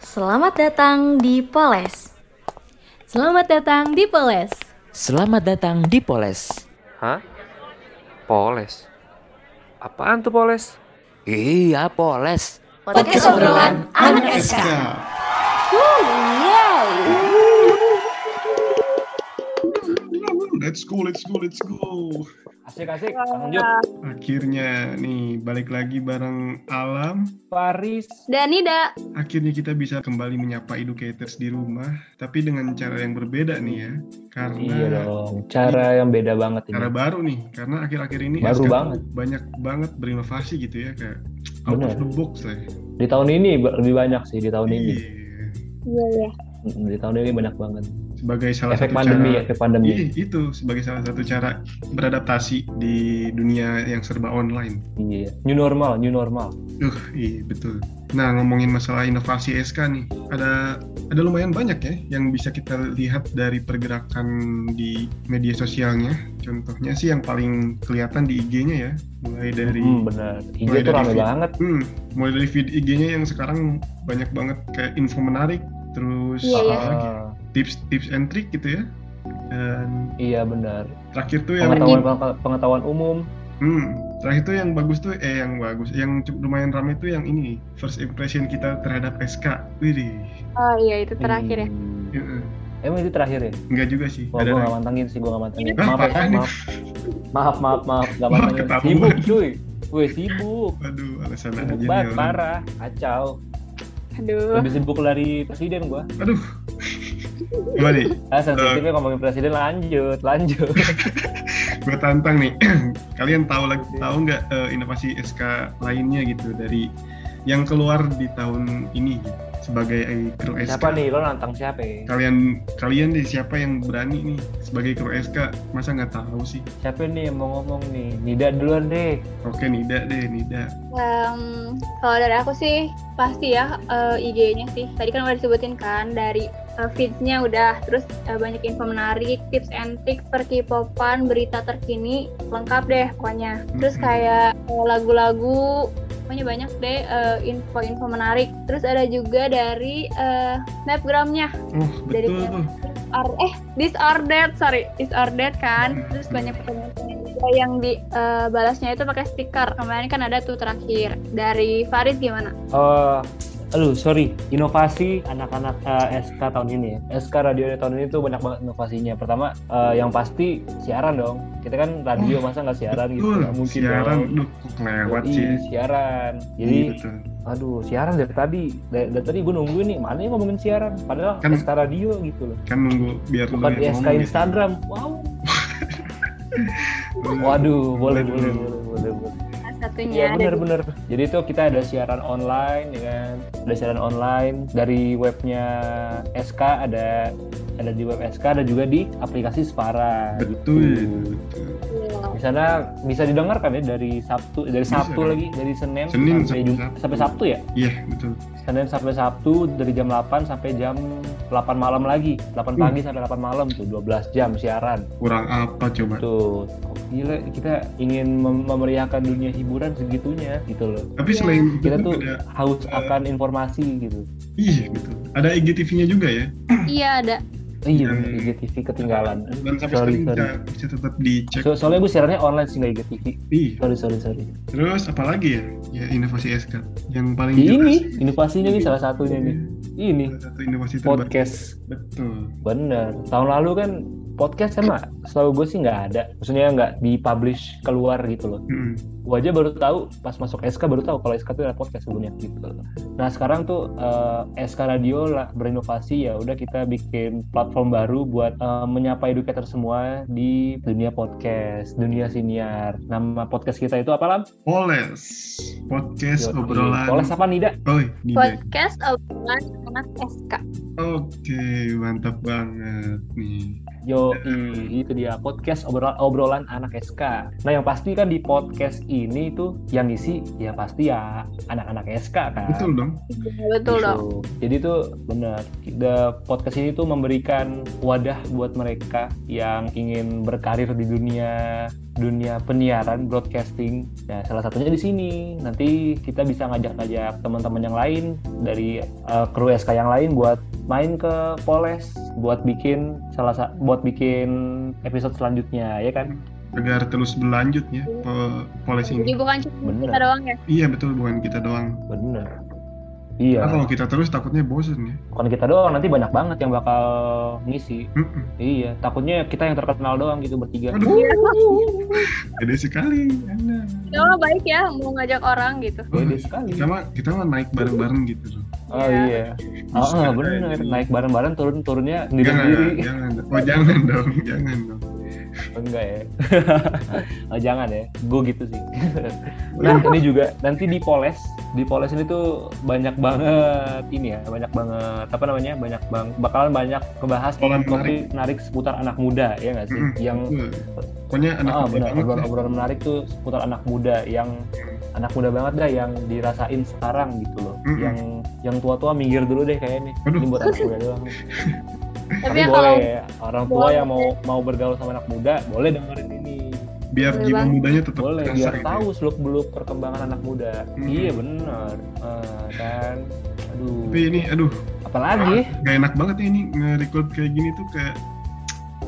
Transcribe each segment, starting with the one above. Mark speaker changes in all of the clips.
Speaker 1: Selamat datang di Poles.
Speaker 2: Selamat datang di Poles.
Speaker 3: Selamat datang di Poles.
Speaker 4: Hah? Poles? Apaan tuh Poles?
Speaker 3: Iya, Poles.
Speaker 1: Podcast obrolan anak SK.
Speaker 5: Let's go, let's go, let's go.
Speaker 6: Asik asik, lanjut.
Speaker 5: Akhirnya nih balik lagi bareng Alam.
Speaker 6: Paris.
Speaker 2: Danida.
Speaker 5: Akhirnya kita bisa kembali menyapa educators di rumah, tapi dengan cara yang berbeda nih ya. Karena
Speaker 6: Iya dong, cara yang beda banget ini.
Speaker 5: cara baru nih, karena akhir-akhir ini
Speaker 6: Baru
Speaker 5: SK
Speaker 6: banget.
Speaker 5: banyak banget berinovasi gitu ya kayak out of
Speaker 6: Bener.
Speaker 5: the box lah.
Speaker 6: Di tahun ini ba- lebih banyak sih di tahun ini.
Speaker 5: Iya.
Speaker 2: Iya, iya.
Speaker 6: Mm, Di tahun ini banyak banget.
Speaker 5: Sebagai salah
Speaker 6: efek
Speaker 5: satu
Speaker 6: pandemi, ya.
Speaker 5: cara
Speaker 6: efek pandemi.
Speaker 5: Iya, itu sebagai salah satu cara beradaptasi di dunia yang serba online.
Speaker 6: Iya. New normal, new normal.
Speaker 5: Uh, iya betul. Nah ngomongin masalah inovasi SK nih, ada ada lumayan banyak ya yang bisa kita lihat dari pergerakan di media sosialnya. Contohnya sih yang paling kelihatan di IG-nya ya, mulai dari
Speaker 6: Hmm, bener. IG
Speaker 5: mulai
Speaker 6: tuh
Speaker 5: dari
Speaker 6: rame
Speaker 5: feed.
Speaker 6: banget.
Speaker 5: hmm, mulai dari feed IG-nya yang sekarang banyak banget kayak info menarik, terus
Speaker 2: Iya, iya.
Speaker 5: apa lagi? tips-tips and trick gitu ya. Dan
Speaker 6: Iya bener.
Speaker 5: terakhir tuh yang
Speaker 6: Pengetahuan pengetahuan umum.
Speaker 5: Hmm, terakhir tuh yang bagus tuh eh yang bagus, yang cu- lumayan rame tuh yang ini first impression kita terhadap SK. Widih.
Speaker 7: Oh iya itu terakhir ya.
Speaker 6: Hmm.
Speaker 5: Heeh.
Speaker 6: Emang itu terakhir ya?
Speaker 5: Enggak juga sih. ada
Speaker 6: Wah, gue gak
Speaker 5: lagi.
Speaker 6: mantengin sih, gue gak mantengin.
Speaker 5: Hah,
Speaker 6: Maaf ya,
Speaker 5: apaan
Speaker 6: maaf. Maaf, maaf, maaf. Gak mantengin.
Speaker 5: ketahuan.
Speaker 6: Sibuk cuy. Gue sibuk.
Speaker 5: Aduh, alasan aja
Speaker 6: Sibuk
Speaker 5: nih
Speaker 6: banget,
Speaker 5: orang.
Speaker 6: parah. Kacau.
Speaker 7: Aduh.
Speaker 6: Lebih sibuk dari presiden gue.
Speaker 5: Aduh. Coba nih,
Speaker 6: Ah,
Speaker 5: Eh.
Speaker 6: sensitifnya ngomongin presiden lanjut, lanjut.
Speaker 5: gue tantang nih. Kalian tahu lagi
Speaker 6: Iya.
Speaker 5: tahu nggak eh, inovasi SK lainnya gitu dari yang keluar di tahun ini gitu, sebagai eh, kru SK.
Speaker 6: siapa nih? Lo nantang siapa ya?
Speaker 5: Kalian kalian nih siapa yang berani nih sebagai kru SK? Masa nggak tahu sih?
Speaker 6: Siapa nih yang mau ngomong nih? Nida duluan deh.
Speaker 5: Oke Nida deh, Nida.
Speaker 7: Em, kalau dari aku sih pasti ya eh, IG-nya sih. Tadi kan udah disebutin kan dari eh, feeds-nya udah. Terus eh, banyak info menarik, tips and trick per K-popan, berita terkini, lengkap deh pokoknya. Terus
Speaker 5: Mhm.
Speaker 7: kayak eh, lagu-lagu, pokoknya banyak deh eh, info-info menarik. Terus ada juga dari eh, snapgramnya.
Speaker 5: Oh,
Speaker 7: Dari
Speaker 5: betul
Speaker 7: siapa?
Speaker 5: tuh.
Speaker 7: Or- eh disordered sorry disordered kan
Speaker 5: Hmm.
Speaker 7: terus banyak pertanyaan juga yang dibalasnya itu pakai stiker kemarin kan ada tuh terakhir dari Faris gimana
Speaker 6: Eh, aduh, sorry. Inovasi anak-anak eh, SK tahun ini ya. SK radio tahun ini tuh banyak banget inovasinya. Pertama, eh, yang pasti siaran dong. Kita kan radio, masa nggak siaran gitu?
Speaker 5: Betul,
Speaker 6: Nggak mungkin
Speaker 5: siaran.
Speaker 6: dong.
Speaker 5: Duh, kok lewat
Speaker 6: Yoi,
Speaker 5: sih.
Speaker 6: siaran. Jadi,
Speaker 5: Iya, betul.
Speaker 6: aduh, siaran dari tadi. Dari, dari tadi gue nungguin nih, mana yang ngomongin siaran? Padahal
Speaker 5: Kan-
Speaker 6: SK radio gitu loh.
Speaker 5: kan nunggu biar lu
Speaker 6: Bukan
Speaker 5: yang
Speaker 6: SK
Speaker 5: ngomong gitu.
Speaker 6: Instagram. Wow.
Speaker 5: Bener.
Speaker 6: Waduh, boleh,
Speaker 5: Bener,
Speaker 6: boleh,
Speaker 5: bener.
Speaker 6: boleh, boleh, boleh.
Speaker 7: Salah satunya
Speaker 6: Iya
Speaker 7: ada
Speaker 6: benar-benar. Jadi itu kita ada siaran online, ya kan? Ada siaran online dari webnya SK ada ada di web SK ada juga di aplikasi Spara.
Speaker 5: Betul.
Speaker 6: Gitu.
Speaker 5: betul.
Speaker 7: juga.
Speaker 6: Di sana bisa didengarkan ya dari Sabtu dari
Speaker 5: Bisa,
Speaker 6: Sabtu
Speaker 5: kan?
Speaker 6: lagi dari Senin,
Speaker 5: Senin
Speaker 6: sampai
Speaker 5: sampai
Speaker 6: Jum-
Speaker 5: Sabtu.
Speaker 6: sampai Sabtu ya.
Speaker 5: Iya, betul.
Speaker 6: Senin sampai Sabtu dari jam 8 sampai jam 8 malam lagi. 8
Speaker 5: Hmm.
Speaker 6: pagi sampai 8 malam tuh 12 jam siaran.
Speaker 5: Kurang apa coba?
Speaker 6: Tuh. Gila kita ingin mem- memeriahkan dunia hiburan segitunya gitu loh
Speaker 5: Tapi selain itu
Speaker 6: kita
Speaker 5: tuh
Speaker 6: tuh
Speaker 5: ada eh,
Speaker 6: haus akan informasi gitu.
Speaker 5: iya betul. Ada IGTV-nya juga ya.
Speaker 7: iya ada
Speaker 6: Eh, Iya,
Speaker 5: yang-
Speaker 6: IGTV ketinggalan.
Speaker 5: Dan sampai
Speaker 6: Sorry,
Speaker 5: sekarang bisa, bisa tetap dicek.
Speaker 6: So- soalnya gue siarannya online sih nggak IGTV.
Speaker 5: Iya.
Speaker 6: Sorry, sorry, sorry.
Speaker 5: Terus apalagi ya? Ya inovasi SK yang paling iya.
Speaker 6: Ini inovasinya nih salah satunya nih. Ini
Speaker 5: Salah satu inovasi terbaru.
Speaker 6: podcast.
Speaker 5: Betul.
Speaker 6: Bener. Tahun lalu kan podcast kan Mak, setahu gue sih nggak ada. Maksudnya nggak dipublish keluar gitu loh.
Speaker 5: Mm-mm.
Speaker 6: Gue aja baru tahu pas masuk SK baru tahu kalau SK tuh ada podcast sebelumnya gitu. Nah sekarang tuh eh, SK Radio lah berinovasi ya udah kita bikin platform baru buat eh, menyapa educator semua di dunia podcast, dunia siniar. Nama podcast kita itu apa lam?
Speaker 5: Poles podcast
Speaker 6: Yoi.
Speaker 5: obrolan.
Speaker 6: Poles apa Nida?
Speaker 5: Oh, ini deh.
Speaker 7: podcast obrolan anak SK
Speaker 5: Oke, mantap banget nih.
Speaker 6: Yo, itu dia podcast obrolan obrolan anak SK. Nah yang pasti kan di podcast ini itu yang ngisi ya pasti ya anak-anak SK kan.
Speaker 5: Betul dong.
Speaker 7: Iya, Betul
Speaker 6: Gitu.
Speaker 7: dong.
Speaker 6: Jadi itu benar. The podcast ini tuh memberikan wadah buat mereka yang ingin berkarir di dunia dunia penyiaran broadcasting. Nah, salah satunya di sini. Nanti kita bisa ngajak-ngajak teman-teman yang lain dari eh, kru SK yang lain buat main ke Poles buat bikin salah sa- buat bikin episode selanjutnya ya kan.
Speaker 5: Agar terus berlanjut ya po- polisi
Speaker 7: Jadi
Speaker 5: ini.
Speaker 7: bukan cuma
Speaker 6: Bener.
Speaker 7: kita doang ya.
Speaker 5: Iya betul bukan kita doang.
Speaker 6: Bener.
Speaker 5: Karena
Speaker 6: Iya,
Speaker 5: kalau kita terus takutnya bosen ya.
Speaker 6: bukan kita doang, nanti banyak banget yang bakal ngisi.
Speaker 5: Mm-mm.
Speaker 6: Iya, takutnya kita yang terkenal doang gitu bertiga.
Speaker 5: Aduh.
Speaker 7: Iya.
Speaker 5: Beda sekali. Anda.
Speaker 7: Ya Allah, baik ya mau ngajak orang gitu.
Speaker 6: Beda sekali.
Speaker 5: Kita mah kita mah naik bareng-bareng gitu loh.
Speaker 6: Oh iya. Ah
Speaker 5: Bisa
Speaker 6: bener,
Speaker 5: kayak Iya, gitu.
Speaker 6: naik bareng-bareng turun turunnya sendiri
Speaker 5: Jangan,
Speaker 6: sendiri.
Speaker 5: jangan. Oh jangan dong, jangan dong.
Speaker 6: Enggak ya. oh, jangan ya. Gue gitu sih. nah, ini juga nanti di Poles, di Poles ini tuh banyak banget ini ya, banyak banget apa namanya? Banyak bang bakalan banyak kebahas
Speaker 5: Obrolan
Speaker 6: topik menarik seputar anak muda ya nggak sih?
Speaker 5: Mm-mm.
Speaker 6: Yang
Speaker 5: Betul. Pokoknya anak muda
Speaker 6: Ah, benar.
Speaker 5: banget lah.
Speaker 6: Obrolan-obrolan menarik tuh seputar anak muda yang anak muda banget dah yang dirasain sekarang gitu loh.
Speaker 5: Mm-mm.
Speaker 6: Yang yang tua-tua minggir dulu deh kayaknya nih.
Speaker 5: Aduh.
Speaker 6: Ini buat anak muda doang.
Speaker 7: Tapi
Speaker 6: Tapi
Speaker 7: ya kalau
Speaker 6: boleh orang tua
Speaker 7: boleh.
Speaker 6: yang mau mau bergaul sama anak muda boleh dengerin ini.
Speaker 5: biar
Speaker 7: Bener
Speaker 5: jiwa
Speaker 7: banget.
Speaker 5: mudanya tetap
Speaker 6: Boleh
Speaker 5: terasa
Speaker 6: biar
Speaker 5: gitu ya. Hmm.
Speaker 6: tahu seluk beluk perkembangan anak muda.
Speaker 5: Mm-mm.
Speaker 6: Iya benar. Eh, dan aduh.
Speaker 5: Tapi ini aduh,
Speaker 6: apalagi?
Speaker 5: gak enak banget ya ini nge-record kayak gini tuh kayak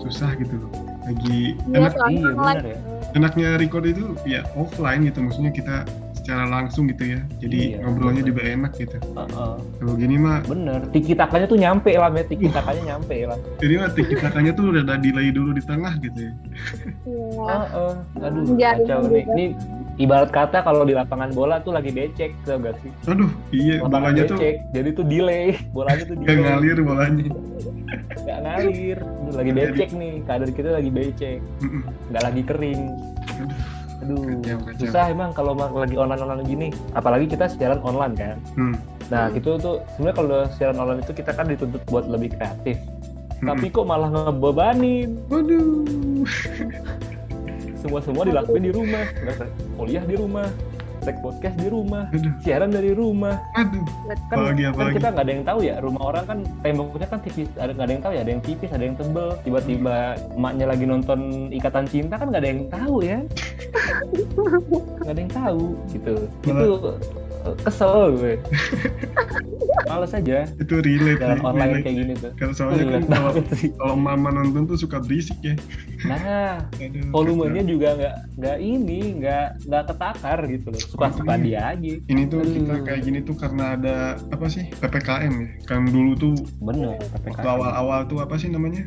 Speaker 5: susah gitu loh. Lagi
Speaker 7: Iya,
Speaker 5: enak
Speaker 7: soalnya
Speaker 6: iya
Speaker 7: online.
Speaker 6: benar ya.
Speaker 5: enaknya record itu ya offline gitu maksudnya kita secara langsung gitu ya. Jadi
Speaker 6: Iya,
Speaker 5: ngobrolnya
Speaker 6: bener.
Speaker 5: juga enak gitu.
Speaker 6: Eh, eh,
Speaker 5: Kalau gini mah
Speaker 6: bener. Tiki takanya tuh nyampe lah, Met. Tiki takanya nyampe lah.
Speaker 5: ini mah tiki takanya tuh udah ada delay dulu di tengah gitu ya.
Speaker 7: Iya.
Speaker 6: Eh, eh, aduh,
Speaker 7: Jaring
Speaker 6: kacau nih. Ini ibarat kata kalau di lapangan bola tuh lagi becek, tau gak sih?
Speaker 5: Aduh, iya
Speaker 6: Lapangan
Speaker 5: bolanya tuh
Speaker 6: becek, jadi tuh delay. Bolanya tuh
Speaker 5: gak
Speaker 6: delay.
Speaker 5: ngalir bolanya.
Speaker 6: Nggak ngalir. Aduh, lagi
Speaker 5: Jadi-
Speaker 6: becek nih, keadaan kita lagi becek.
Speaker 5: Mm-mm.
Speaker 6: nggak lagi kering. Aduh,
Speaker 5: Kacau, kacau.
Speaker 6: susah emang kalau ma- lagi online-online gini. Apalagi kita siaran online kan.
Speaker 5: Hmm.
Speaker 6: Nah,
Speaker 7: Hmm.
Speaker 6: gitu tuh sebenarnya kalau siaran online itu kita kan dituntut buat lebih kreatif.
Speaker 5: Mm-mm.
Speaker 6: Tapi kok malah ngebebanin.
Speaker 5: hmm. Waduh.
Speaker 6: Semua-semua dilakuin di rumah. Nggak- Kuliah di rumah, take podcast di rumah,
Speaker 5: Aduh,
Speaker 6: siaran dari rumah.
Speaker 5: aduh.
Speaker 6: Kan,
Speaker 5: Apalagi,
Speaker 6: kan
Speaker 5: apalagi.
Speaker 6: kita nggak ada yang tahu ya rumah orang kan temboknya kan tipis ada nggak ada yang tahu ya ada yang tipis ada yang tebel tiba-tiba emaknya lagi nonton ikatan cinta kan nggak ada yang tahu ya nggak ada yang tahu gitu itu eh, kesel gue males aja
Speaker 5: Itu relate
Speaker 6: jalan
Speaker 5: ya,
Speaker 6: online
Speaker 5: relate.
Speaker 6: kayak gini tuh
Speaker 5: Kalau soalnya kan
Speaker 6: Relate
Speaker 5: kalau
Speaker 6: banget sih.
Speaker 5: kalau mama nonton tuh suka berisik ya.
Speaker 6: nah
Speaker 5: Aduh,
Speaker 6: volumenya juga nggak nggak ini nggak nggak ketakar gitu loh suka suka
Speaker 5: Makanya.
Speaker 6: dia aja
Speaker 5: ini tuh kita
Speaker 6: Aduh.
Speaker 5: kayak gini tuh karena ada apa sih ppkm ya kan dulu tuh
Speaker 6: bener
Speaker 5: waktu awal-awal tuh apa sih namanya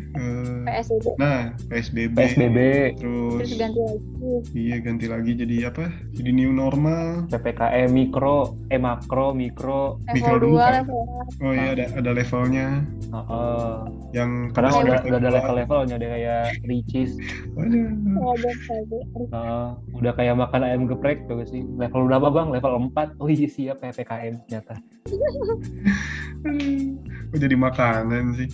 Speaker 5: Eh,
Speaker 7: PSBB
Speaker 5: nah psbb,
Speaker 6: psbb
Speaker 5: terus
Speaker 7: terus ganti lagi.
Speaker 5: iya ganti lagi jadi apa jadi new normal
Speaker 6: PPKM mikro, eh makro, mikro,
Speaker 5: Mikro
Speaker 7: Level
Speaker 5: dulu
Speaker 7: 2,
Speaker 5: kan?
Speaker 7: level
Speaker 5: oh iya ada ada levelnya
Speaker 6: Heeh.
Speaker 5: yang
Speaker 6: Kadang
Speaker 5: kelas
Speaker 6: udah,
Speaker 5: level
Speaker 6: udah ada ya.
Speaker 5: dua.
Speaker 6: level-levelnya ada kayak ricis,
Speaker 7: 1.
Speaker 5: Waduh.
Speaker 7: Oh, ada PSBB.
Speaker 6: Heeh. udah kayak makan ayam geprek tuh sih. Level berapa bang? Level 4 Oh iya siap ppkm ternyata.
Speaker 5: Aduh, jadi makanan sih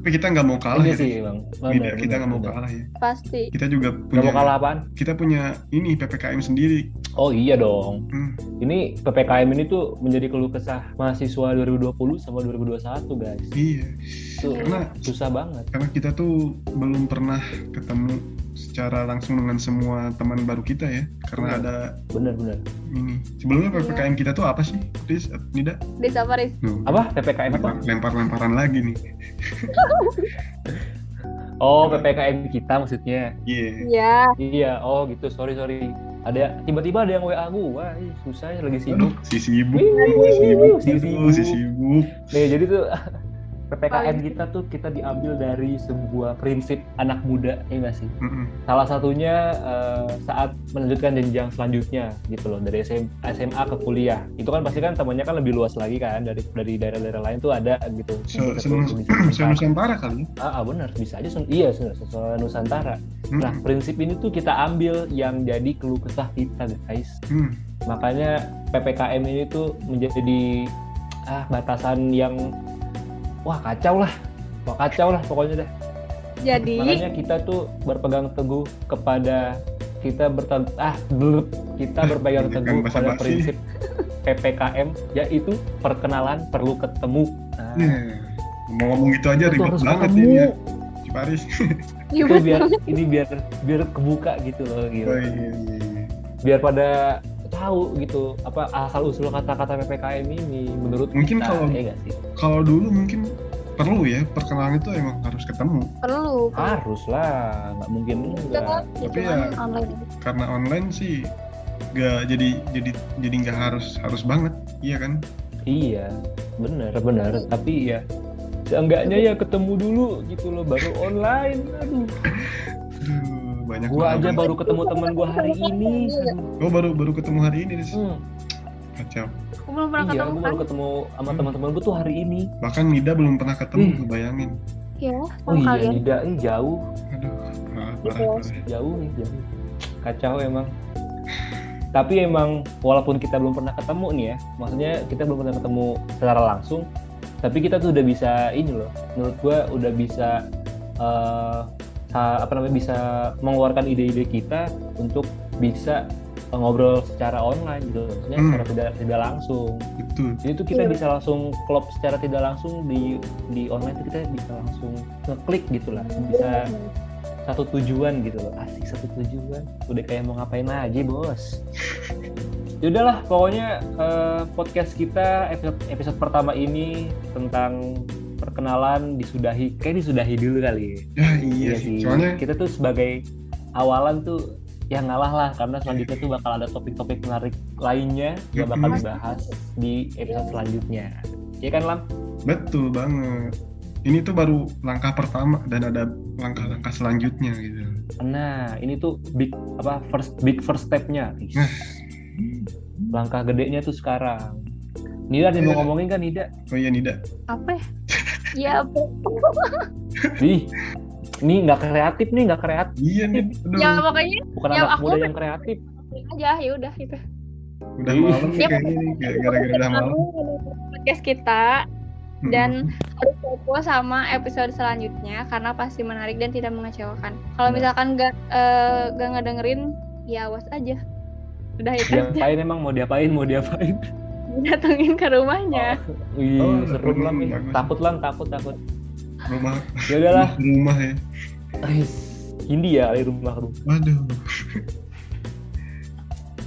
Speaker 5: tapi kita nggak mau kalah
Speaker 6: Ini
Speaker 5: ya
Speaker 6: Iya sih bang. Bener,
Speaker 5: Tidak, kita
Speaker 6: bener,
Speaker 5: nggak mau Iya.
Speaker 6: bener.
Speaker 5: kalah ya
Speaker 7: Pasti.
Speaker 5: kita juga
Speaker 6: Nggak
Speaker 5: punya
Speaker 6: mau kalah apaan?
Speaker 5: kita punya ini ppkm sendiri
Speaker 6: Oh iya dong.
Speaker 5: Hmm,
Speaker 6: Ini ppkm ini tuh menjadi keluh kesah mahasiswa 2020 sama 2021 guys.
Speaker 5: iya
Speaker 6: Tuh
Speaker 5: karena
Speaker 6: susah banget.
Speaker 5: karena kita tuh belum pernah ketemu secara langsung dengan semua teman baru kita ya karena
Speaker 6: Benar.
Speaker 5: ada
Speaker 6: Bener-bener.
Speaker 5: ini sebelumnya
Speaker 7: Iya.
Speaker 5: ppkm kita tuh apa sih Riz Nida
Speaker 7: Desa Paris.
Speaker 5: Nuh,
Speaker 6: Apa ppkm apa?
Speaker 5: lempar lemparan lagi nih
Speaker 6: Oh ppkm kita maksudnya.
Speaker 5: iya
Speaker 7: Iya.
Speaker 6: Iya, oh gitu, sorry sorry. Ada tiba-tiba ada yang WA gua, Ih, susah ya, lagi
Speaker 5: aduh
Speaker 6: sibuk.
Speaker 5: si sibuk
Speaker 6: Wih,
Speaker 5: si sibuk
Speaker 6: iya, si
Speaker 5: aduh, si
Speaker 6: sibuk.
Speaker 5: sibuk
Speaker 6: Nih, jadi tuh PPKM
Speaker 7: Paling-
Speaker 6: kita tuh kita diambil dari sebuah prinsip anak muda ya nggak sih?
Speaker 5: Mm-mm.
Speaker 6: Salah satunya eh, saat melanjutkan jenjang selanjutnya gitu loh dari SM SMA ke kuliah. Itu kan pasti kan temannya kan lebih luas lagi kan dari dari daerah-daerah lain tuh ada gitu.
Speaker 5: Se- se-
Speaker 6: Bisa-
Speaker 5: se Nusantara kali ya?
Speaker 6: Ah, ah, benar, bisa aja sun- iya sun- sun- Nusantara.
Speaker 5: Mm-mm.
Speaker 6: Nah, prinsip ini tuh kita ambil yang jadi keluh kesah kita, guys.
Speaker 5: Hmm,
Speaker 6: makanya ppkm ini tuh menjadi ah batasan yang wah kacau lah wah kacau lah pokoknya dah
Speaker 7: Jadi,
Speaker 6: makanya kita tuh berpegang teguh kepada kita berta ah blub. kita berpegang
Speaker 5: Pendidikan
Speaker 6: teguh
Speaker 5: basa-basi.
Speaker 6: pada prinsip PPKM yaitu perkenalan perlu ketemu. Nah,
Speaker 5: Nah, mau ngomong gitu aja
Speaker 6: itu
Speaker 5: ribet
Speaker 6: harus
Speaker 5: banget
Speaker 6: ketemu.
Speaker 5: ini ya. Ciparis.
Speaker 7: Iya,
Speaker 6: Itu biar ini biar biar kebuka gitu loh gitu.
Speaker 5: Oh, iya, iya, iya.
Speaker 6: Biar pada tahu gitu apa asal usul kata-kata PPKM ini menurut
Speaker 5: Mungkin
Speaker 6: kita,
Speaker 5: kalau-
Speaker 6: ya nggak sih?
Speaker 5: Kalau dulu mungkin perlu ya perkenalan itu emang harus ketemu
Speaker 7: perlu gitu,
Speaker 6: Harus lah, nggak mungkin
Speaker 7: kan?
Speaker 6: enggak.
Speaker 5: Tapi ya-
Speaker 7: online
Speaker 5: karena online sih gak jadi jadi jadi nggak harus harus banget iya kan
Speaker 6: Iya, benar benar. Tapi ya seenggaknya ya ketemu dulu gitu loh baru online. Aduh,
Speaker 5: Aduh, banyak
Speaker 6: gua
Speaker 5: banget.
Speaker 6: aja baru ketemu teman gua hari ini. Aduh,
Speaker 5: Gua baru baru ketemu hari ini Riz.
Speaker 6: hmm.
Speaker 5: kacau
Speaker 7: aku belum pernah
Speaker 6: Iya,
Speaker 7: ketemu
Speaker 6: gue
Speaker 7: kan
Speaker 6: baru ketemu sama
Speaker 5: Hmm.
Speaker 6: teman-teman gue tuh hari ini.
Speaker 5: bahkan Nida belum pernah
Speaker 6: Ih.
Speaker 5: ketemu bayangin
Speaker 7: ya
Speaker 6: Oh
Speaker 7: sama
Speaker 6: iya,
Speaker 7: kalian
Speaker 6: Nida ini jauh,
Speaker 5: aduh parah,
Speaker 7: Iya,
Speaker 5: parah, parah.
Speaker 6: jauh nih, jauh. Kacau emang. Tapi emang walaupun kita belum pernah ketemu nih ya, maksudnya kita belum pernah ketemu secara langsung, tapi kita tuh udah bisa ini loh. Menurut gue udah bisa eh, sa- apa namanya bisa mengeluarkan ide-ide kita untuk bisa eh, ngobrol secara online gitu, loh. maksudnya
Speaker 5: Hmm.
Speaker 6: secara tidak tidak langsung.
Speaker 5: betul
Speaker 6: Jadi itu kita
Speaker 7: Iya.
Speaker 6: bisa langsung klop secara tidak langsung di di online itu kita bisa langsung ngeklik gitu lah. Bisa satu tujuan gitu loh. Asik satu tujuan. Udah kayak mau ngapain aja, Bos. Ya udahlah, pokoknya eh, podcast kita episode, episode pertama ini tentang perkenalan disudahi. Kayak disudahi dulu kali ya.
Speaker 5: ya iya, sih soalnya
Speaker 6: Kita tuh sebagai awalan tuh ya ngalah lah karena selanjutnya tuh bakal ada topik-topik menarik lainnya
Speaker 5: Ya,
Speaker 6: yang bakal
Speaker 5: bener.
Speaker 6: dibahas di episode selanjutnya. Ya kan Lam?
Speaker 5: betul banget ini tuh baru langkah pertama dan ada langkah-langkah selanjutnya gitu
Speaker 6: Nah, ini tuh big apa first big first stepnya. Ih.
Speaker 5: Nah.
Speaker 6: Langkah gedenya tuh sekarang. Nida ada yang mau ngomongin kan Nida?
Speaker 5: oh iya Nida
Speaker 7: apa ya? ya apa
Speaker 6: Ih, ini nggak kreatif nih, nggak kreatif.
Speaker 5: iya nih aduh
Speaker 7: ya makanya
Speaker 6: Bukan
Speaker 7: Ya,
Speaker 6: anak
Speaker 7: aku
Speaker 6: muda
Speaker 7: ber-
Speaker 6: yang kreatif.
Speaker 7: aja ya udah gitu
Speaker 5: udah malam nih
Speaker 7: Iya.
Speaker 5: kayaknya nih kayak gara-gara udah malam Hmm.
Speaker 7: podcast kita
Speaker 5: Mm-mm.
Speaker 7: dan harus fokus sama episode selanjutnya karena pasti menarik dan tidak mengecewakan. Kalau
Speaker 6: Benar.
Speaker 7: misalkan gak, eh, gak ngedengerin, ya awas aja. Udah itu aja.
Speaker 6: Diapain emang mau diapain mau diapain?
Speaker 7: datengin ke rumahnya.
Speaker 6: Wih,
Speaker 5: Oh, bagus,
Speaker 6: serem Lam nih.
Speaker 5: bagus.
Speaker 6: Takut Lam, takut takut.
Speaker 5: rumah
Speaker 6: Ya udahlah.
Speaker 5: rumah ya
Speaker 6: Hindi ya dari rumah ke rumah.
Speaker 5: waduh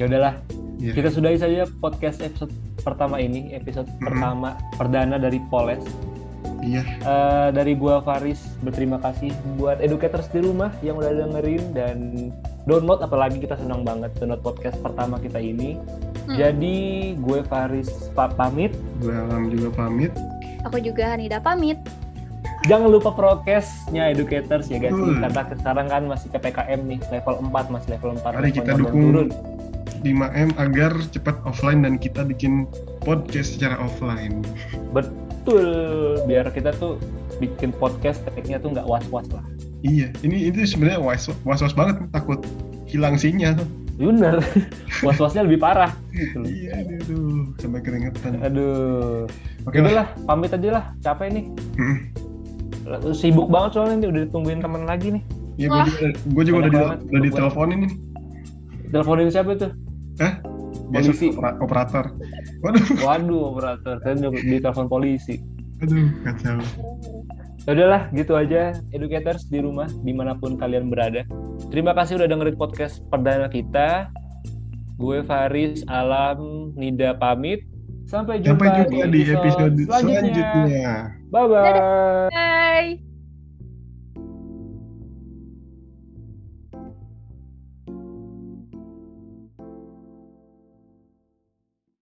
Speaker 6: Ya udahlah,
Speaker 5: Iya.
Speaker 6: kita sudahi saja podcast episode pertama ini, episode
Speaker 5: Mhm.
Speaker 6: pertama perdana dari Poles.
Speaker 5: iya
Speaker 6: Eh, dari gua Faris berterima kasih buat educators di rumah yang udah dengerin dan download apalagi kita senang banget download podcast pertama kita ini.
Speaker 7: Hmm.
Speaker 6: Jadi gue Faris pa- pamit.
Speaker 5: gue alam juga pamit
Speaker 7: Aku juga Hanida pamit.
Speaker 6: Jangan lupa prokesnya educators ya guys.
Speaker 5: Betul.
Speaker 6: Karena sekarang kan masih PPKM nih level 4 masih level 4.
Speaker 5: Mari
Speaker 6: level
Speaker 5: kita
Speaker 6: enam yang
Speaker 5: dukung 5M agar cepat offline dan kita bikin podcast secara offline.
Speaker 6: Betul. Biar kita tuh bikin podcast tag-nya tuh nggak was-was lah.
Speaker 5: Iya, ini itu sebenarnya was was banget takut hilang sinyal.
Speaker 6: Bener. was-wasnya lebih parah gitu loh.
Speaker 5: Iya, aduh, sampai keringetan.
Speaker 6: Aduh.
Speaker 5: Oke
Speaker 6: Udah
Speaker 5: lah.
Speaker 6: lah, pamit aja lah. Capek nih.
Speaker 5: Mm.
Speaker 6: sibuk banget soalnya nih udah ditungguin temen lagi nih
Speaker 5: Iya, gue juga, gua juga
Speaker 6: Enak
Speaker 5: udah, di,
Speaker 6: banget.
Speaker 5: udah diteleponin ini.
Speaker 6: teleponin siapa tuh
Speaker 5: Biasa
Speaker 6: Polisi.
Speaker 5: opera- operator. Waduh,
Speaker 6: waduh operator kan di telepon polisi
Speaker 5: aduh, kacau.
Speaker 6: Ya udahlah gitu aja educators di rumah dimanapun kalian berada terima kasih udah dengerin podcast perdana kita gue Faris Alam Nida pamit sampai jumpa,
Speaker 5: Sampai jumpa di episode selanjutnya.
Speaker 6: bye bye
Speaker 7: Bye.